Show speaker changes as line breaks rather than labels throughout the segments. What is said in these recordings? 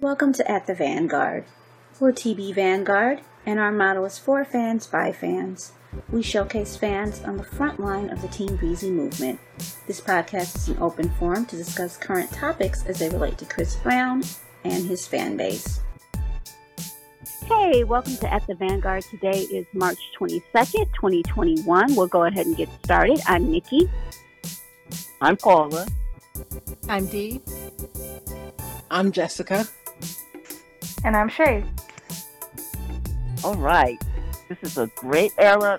Welcome to At the Vanguard. We're TB Vanguard, and our motto is for fans by fans. We showcase fans on the front line of the Team Breezy movement. This podcast is an open forum to discuss current topics as they relate to Chris Brown and his fan base.
Hey, welcome to At the Vanguard. Today is March 22nd, 2021. We'll go ahead and get started. I'm Nikki.
I'm Paula.
I'm Dee.
I'm Jessica.
And I'm Shay.
All right. This is a great era.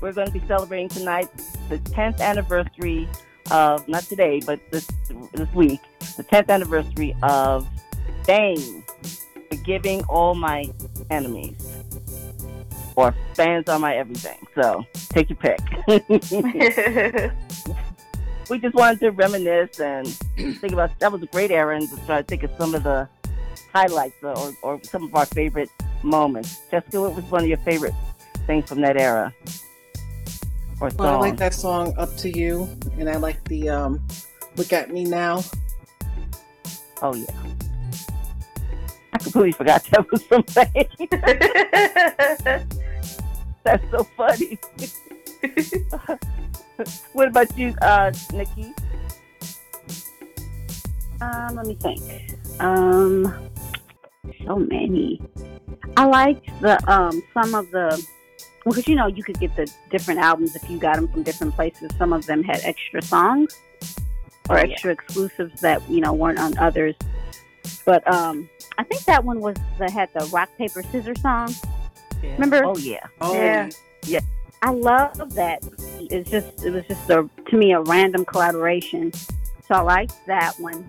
We're going to be celebrating tonight the 10th anniversary of, not today, but this, this week, the 10th anniversary of Bang, forgiving all my enemies. Or fans are my everything. So take your pick. we just wanted to reminisce and think about that was a great era and just try to think of some of the highlights or, or some of our favorite moments. Jessica, what was one of your favorite things from that era? Or song?
Well, I like that song "Up to You," and I like the um, "Look at Me Now."
Oh yeah. I completely forgot that was from that. That's so funny. what about you, uh, Nikki?
Um, let me think. Um, so many. I liked the um some of the because you know you could get the different albums if you got them from different places. Some of them had extra songs
Oh,
or
yeah.
extra exclusives that you know weren't on others. But um, I think that one was that had the rock paper scissors song. Remember?
Oh yeah.
Oh,
Yeah.
I love that. It's just it was just a to me a random collaboration. So I liked that one.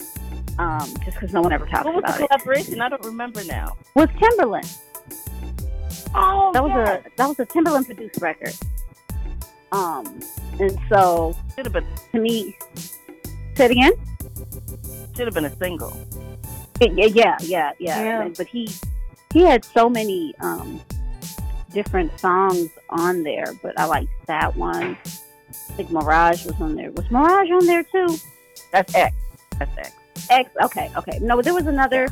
Um, just because no one ever talks
What was
about
the
it.
collaboration? I don't remember now.
Was Timberland.
Oh,
That was a that was a Timberland produced record. Um, and so
a should have been
to me, say it again.
should have been a single.
Yeah, yeah, yeah, yeah.
Yeah.
And- But he he had so many um different songs on there, but I liked that one. I think Mirage was on there. Was Mirage on there too?
That's X. That's X.
X. Okay, okay. No, there was another.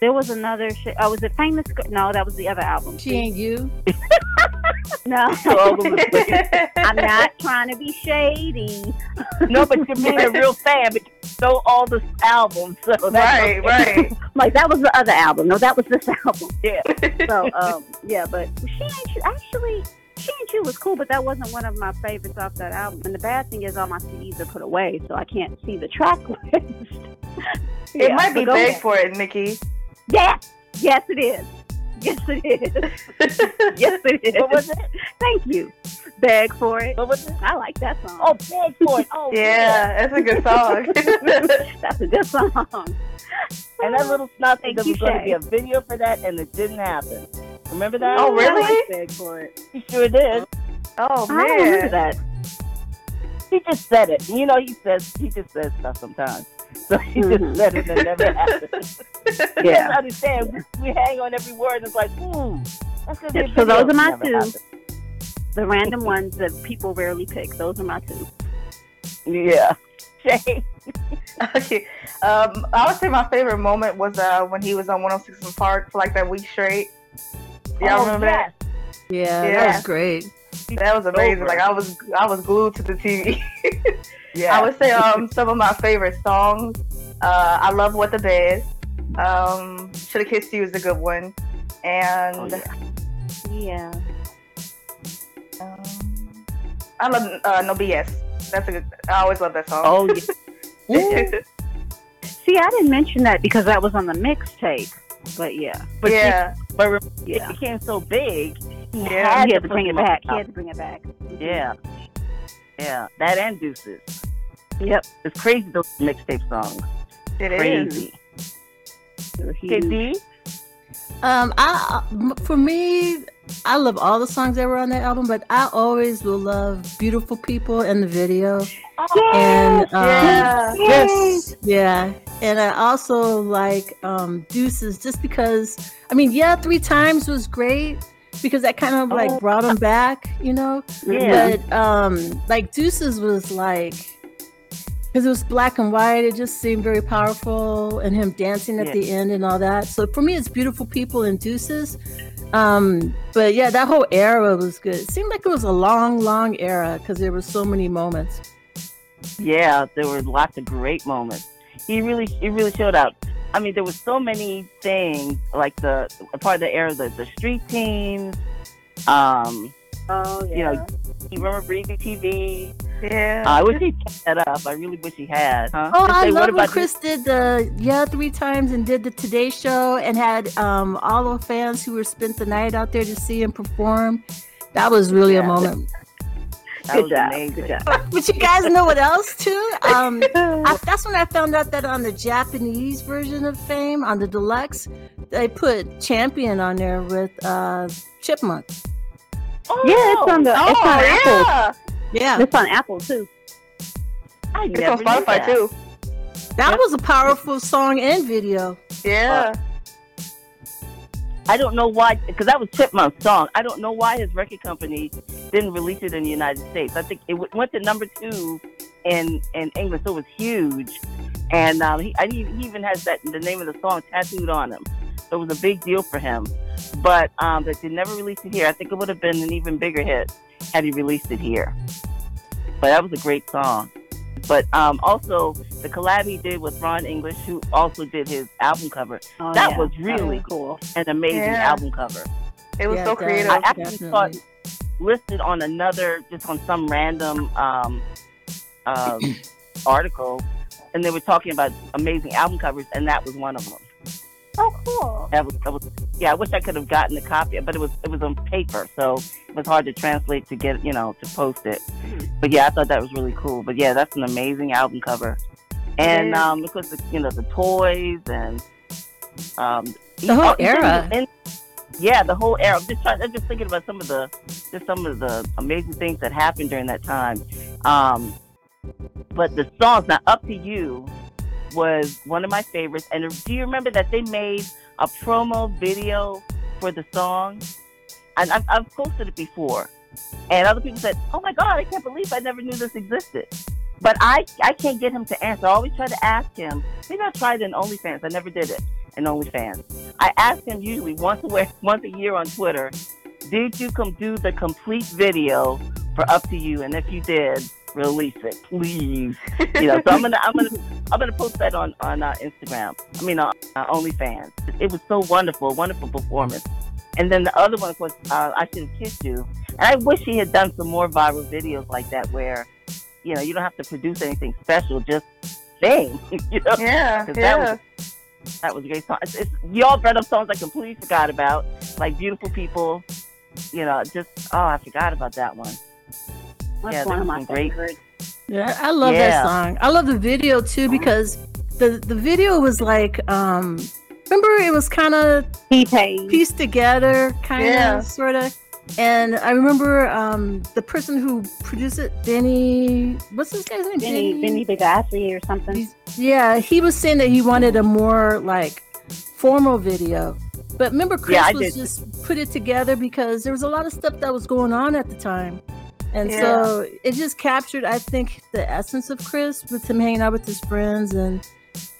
There was another. Sh- oh, was it Famous? Gr- No, that was the other album.
She ain't you.
No,
All over the place.
I'm not trying to be shady.
no, but you're being a real fan. But you stole all the albums. So that's
right, right.
Like that was the other album. No, that was this album.
Yeah.
So um, yeah, but she ain't you actually. She ain't you was cool, but that wasn't one of my favorites off that album. And the bad thing is, all my CDs are put away, so I can't see the track list.
It
Yeah,
might
but
be
go
big
ahead.
for it, Nikki.
Yes, yes, it is. Yes, it is. Yes, it is.
What was it?
Thank you. Beg for it.
What was it?
I like that song.
Oh, Big for it. Oh,
yeah, that's a good song.
that's a good song.
And that little snob thing there
Thank you,
was going
Shay.
to be a video for that, and it didn't happen. Remember that?
Oh, really?
I like Beg for it.
She sure did.
oh
I don't remember
man.
that.
She just said it. You know, he says he just says stuff sometimes. So she
Mhm.
just said it and it never happened.
Yeah.
I understand. We, we hang on every word. It's like, ooh, that's going to be.
Yep,
a
so
video.
those are my
Never
two.
happened.
The random ones that people rarely pick. Those are my two.
Yeah. Shay.
Okay. Um, I would say my favorite moment was uh when he was on 106 in Park for like that week straight. Y'all
Oh,
remember
yes.
Yeah, that
Yeah.
was great.
that? That was amazing.
Over.
Like I was, I was glued to the TV.
Yeah.
I would say um some of my favorite songs. Uh, I love What the Bed. Um, Should have kissed you is a good one, and
Oh, yeah.
Yeah.
um, I love uh, No BS. That's a good. I always love that song.
Oh, yeah.
See, I didn't mention that because that was on the mixtape. But yeah,
But she-
yeah,
but remember,
yeah.
it became so big. He
Yeah.
had
he had
to
to bring
put
it
them
back.
out.
He had to bring it back.
Yeah. Yeah. That and Deuces.
Yep.
It's crazy those mixtape songs.
it is.
Crazy. Okay, D?
Um, I m- for me, I love all the songs that were on that album, but I always will love "Beautiful People" and the video, and um,
Yeah.
Yes. Yeah. And I also like um, Deuces just because, I mean, yeah, three times was great because that kind of like
Oh.
brought him back, you know?
Yeah.
But um, like Deuces was like, because it was black and white. It just seemed very powerful, and him dancing at
Yeah.
the end and all that. So for me, it's beautiful people and deuces. Um, but yeah, that whole era was good. It seemed like it was a long, long era because there were so many moments.
Yeah, there were lots of great moments. He really, he really showed out. I mean, there were so many things like the a part of the era, the, the street teams. Um,
Oh
you know, you remember Breezy TV?
Yeah.
I wish he kept that up. I really wish he had. Huh?
Oh,
Just
I
say,
love
what
when
about
Chris did the yeah three times and did the Today Show and had um, all the fans who were spent the night out there to see him perform. That was really a
Yeah.
moment.
That
good
was
job.
amazing.
Good job.
But you guys know what else too? Um, I, that's when I found out that on the Japanese version of Fame, on the deluxe, they put Champion on there with uh, Chipmunk.
Oh,
Yeah, it's on the
Oh,
it's on Apple.
yeah.
Yeah,
It's on Apple too.
I
It's on
never knew
Spotify
that.
too.
that was a powerful song and video.
Uh,
Yeah.
I don't know why, because that was Chipmunk's song. I don't know why his record company didn't release it in the United States. I think it w- went to number two in in England, so it was huge. And um, he, I, he even has that the name of the song tattooed on him. So it was a big deal for him. But um, but they never released it here. I think it would have been an even bigger hit had he released it here. But that was a great song. But um, also the collab he did with Ron English, who also did his album cover,
Oh,
That
yeah.
was really
really cool.
an amazing
Yeah.
album cover.
It was
Yeah,
so
that-
creative.
I actually
Definitely.
saw it listed on another, just on some random um, um, article, and they were talking about amazing album covers, and that was one of them.
oh, cool.
That was, that was yeah. I wish I could have gotten a copy, but it was it was on paper, so it was hard to translate to get you know to post it. But yeah, I thought that was really cool. But yeah, that's an amazing album cover, and
Yeah.
um, of course the, you know the toys and um,
The whole era.
and- yeah, the whole era. I'm just trying. I'm just thinking about some of the just some of the amazing things that happened during that time. Um, but the songs now up to you was one of my favorites. And do you remember that they made a promo video for the song? And I've, I've posted it before, and other people said, "Oh my God, I can't believe I never knew this existed." But I I can't get him to answer. I always try to ask him. Maybe I tried in OnlyFans. I never did it in OnlyFans. I ask him usually once a week, once a year on Twitter, "Did you come do the complete video for Up to You? And if you did, release it, please." you know, so I'm gonna I'm gonna I'm gonna post that on on uh, Instagram. I mean, on uh, OnlyFans. It was so wonderful, wonderful performance. And then the other one was uh, I should have kissed you. And I wish he had done some more viral videos like that, where you know you don't have to produce anything special, just sing. you know,
Yeah.
Uh, 'Cause that
Yeah.
that was a great song. It's, it's, y'all brought up songs I completely forgot about, like "Beautiful People." You know, just oh, I forgot about that one.
That's
Yeah,
one
that
of
was
my
some great-
favorites.
Yeah, I love
Yeah.
that song. I love the video too because the the video was like um remember it was kind of
He paid.
pieced together, kind of,
Yeah.
sort of. And I remember um, the person who produced it, Benny. What's this guy's name?
Benny Benny Bigassi or something.
He's- Yeah, he was saying that he wanted a more like formal video. But remember, Chris
I
was
did.
just put it together because there was a lot of stuff that was going on at the time. And so it just captured, I think, the essence of Chris with him hanging out with his friends and,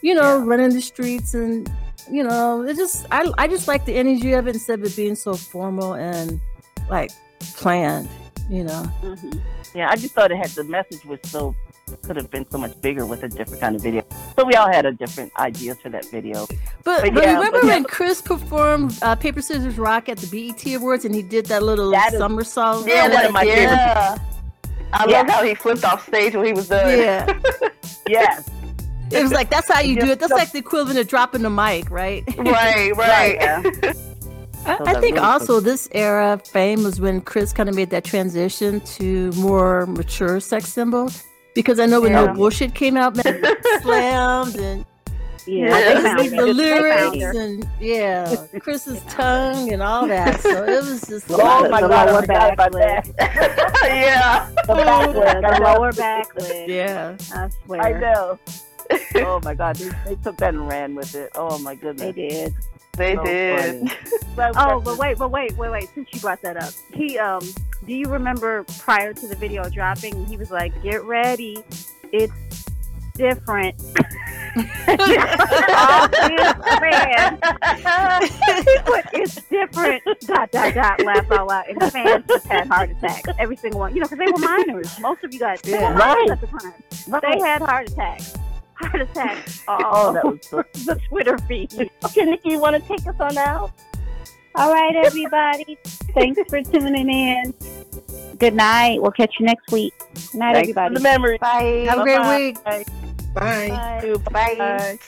you know, running the streets. And, you know, it just, I, I just like the energy of it instead of it being so formal and like planned, you know.
Mhm.
Yeah, I just thought it had the message was so could have been so much bigger with a different kind of video. So we all had a different ideas for that video.
But,
But
but
yeah,
remember
but-
when Chris performed uh, Paper Scissors Rock at the BET Awards and he did that little
That is-
somersault?
Yeah,
one
that-
of my favorites.
yeah. I
Yeah.
love how he flipped off stage when he was done.
Yeah.
Yes,
It was like, that's how you do it. That's
Yeah.
like the equivalent of dropping the mic, right?
Right, right.
I,
Yeah.
So
I
that
think
really
also this era of fame was when Chris kind of made that transition to more mature sex symbols. Because I know when
Yeah.
No Bullshit came out, man, slams and
Yeah,
Yeah.
they found
the
her. They
lyrics
found her.
and yeah, Chris's tongue and all that. So it was just
Oh Lotta- my the God, I lower forgot back about
that.
was-
yeah.
The back leg, the lower back leg.
yeah.
I swear.
I know. oh my God, they, they took that and ran with it. Oh my
They
goodness,
did.
They
So
did.
funny.
Oh, but wait, but wait, wait, wait. Since you brought that up, he um, do you remember prior to the video dropping, he was like, "Get ready, it's different. all different. He put, it's different. Dot dot dot. Laugh out loud. And fans just had heart attacks. Every single one. You know, because they were minors. Most of you guys they
Yeah.
were minors
Right.
at the time.
Right.
They had heart attacks. Heart attacks.
Oh,
all
that was so.
the Twitter feed.
Can Nikki, you want to take us on out?
All right, everybody. Thanks for tuning in. Good night. We'll catch you next week. Good night,
Thanks
everybody.
for the memory.
Bye.
Have a great
Bye-bye.
week.
Bye.
Bye.
Bye.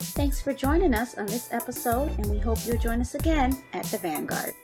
Thanks for joining us on this episode, and we hope you'll join us again at the Vanguard.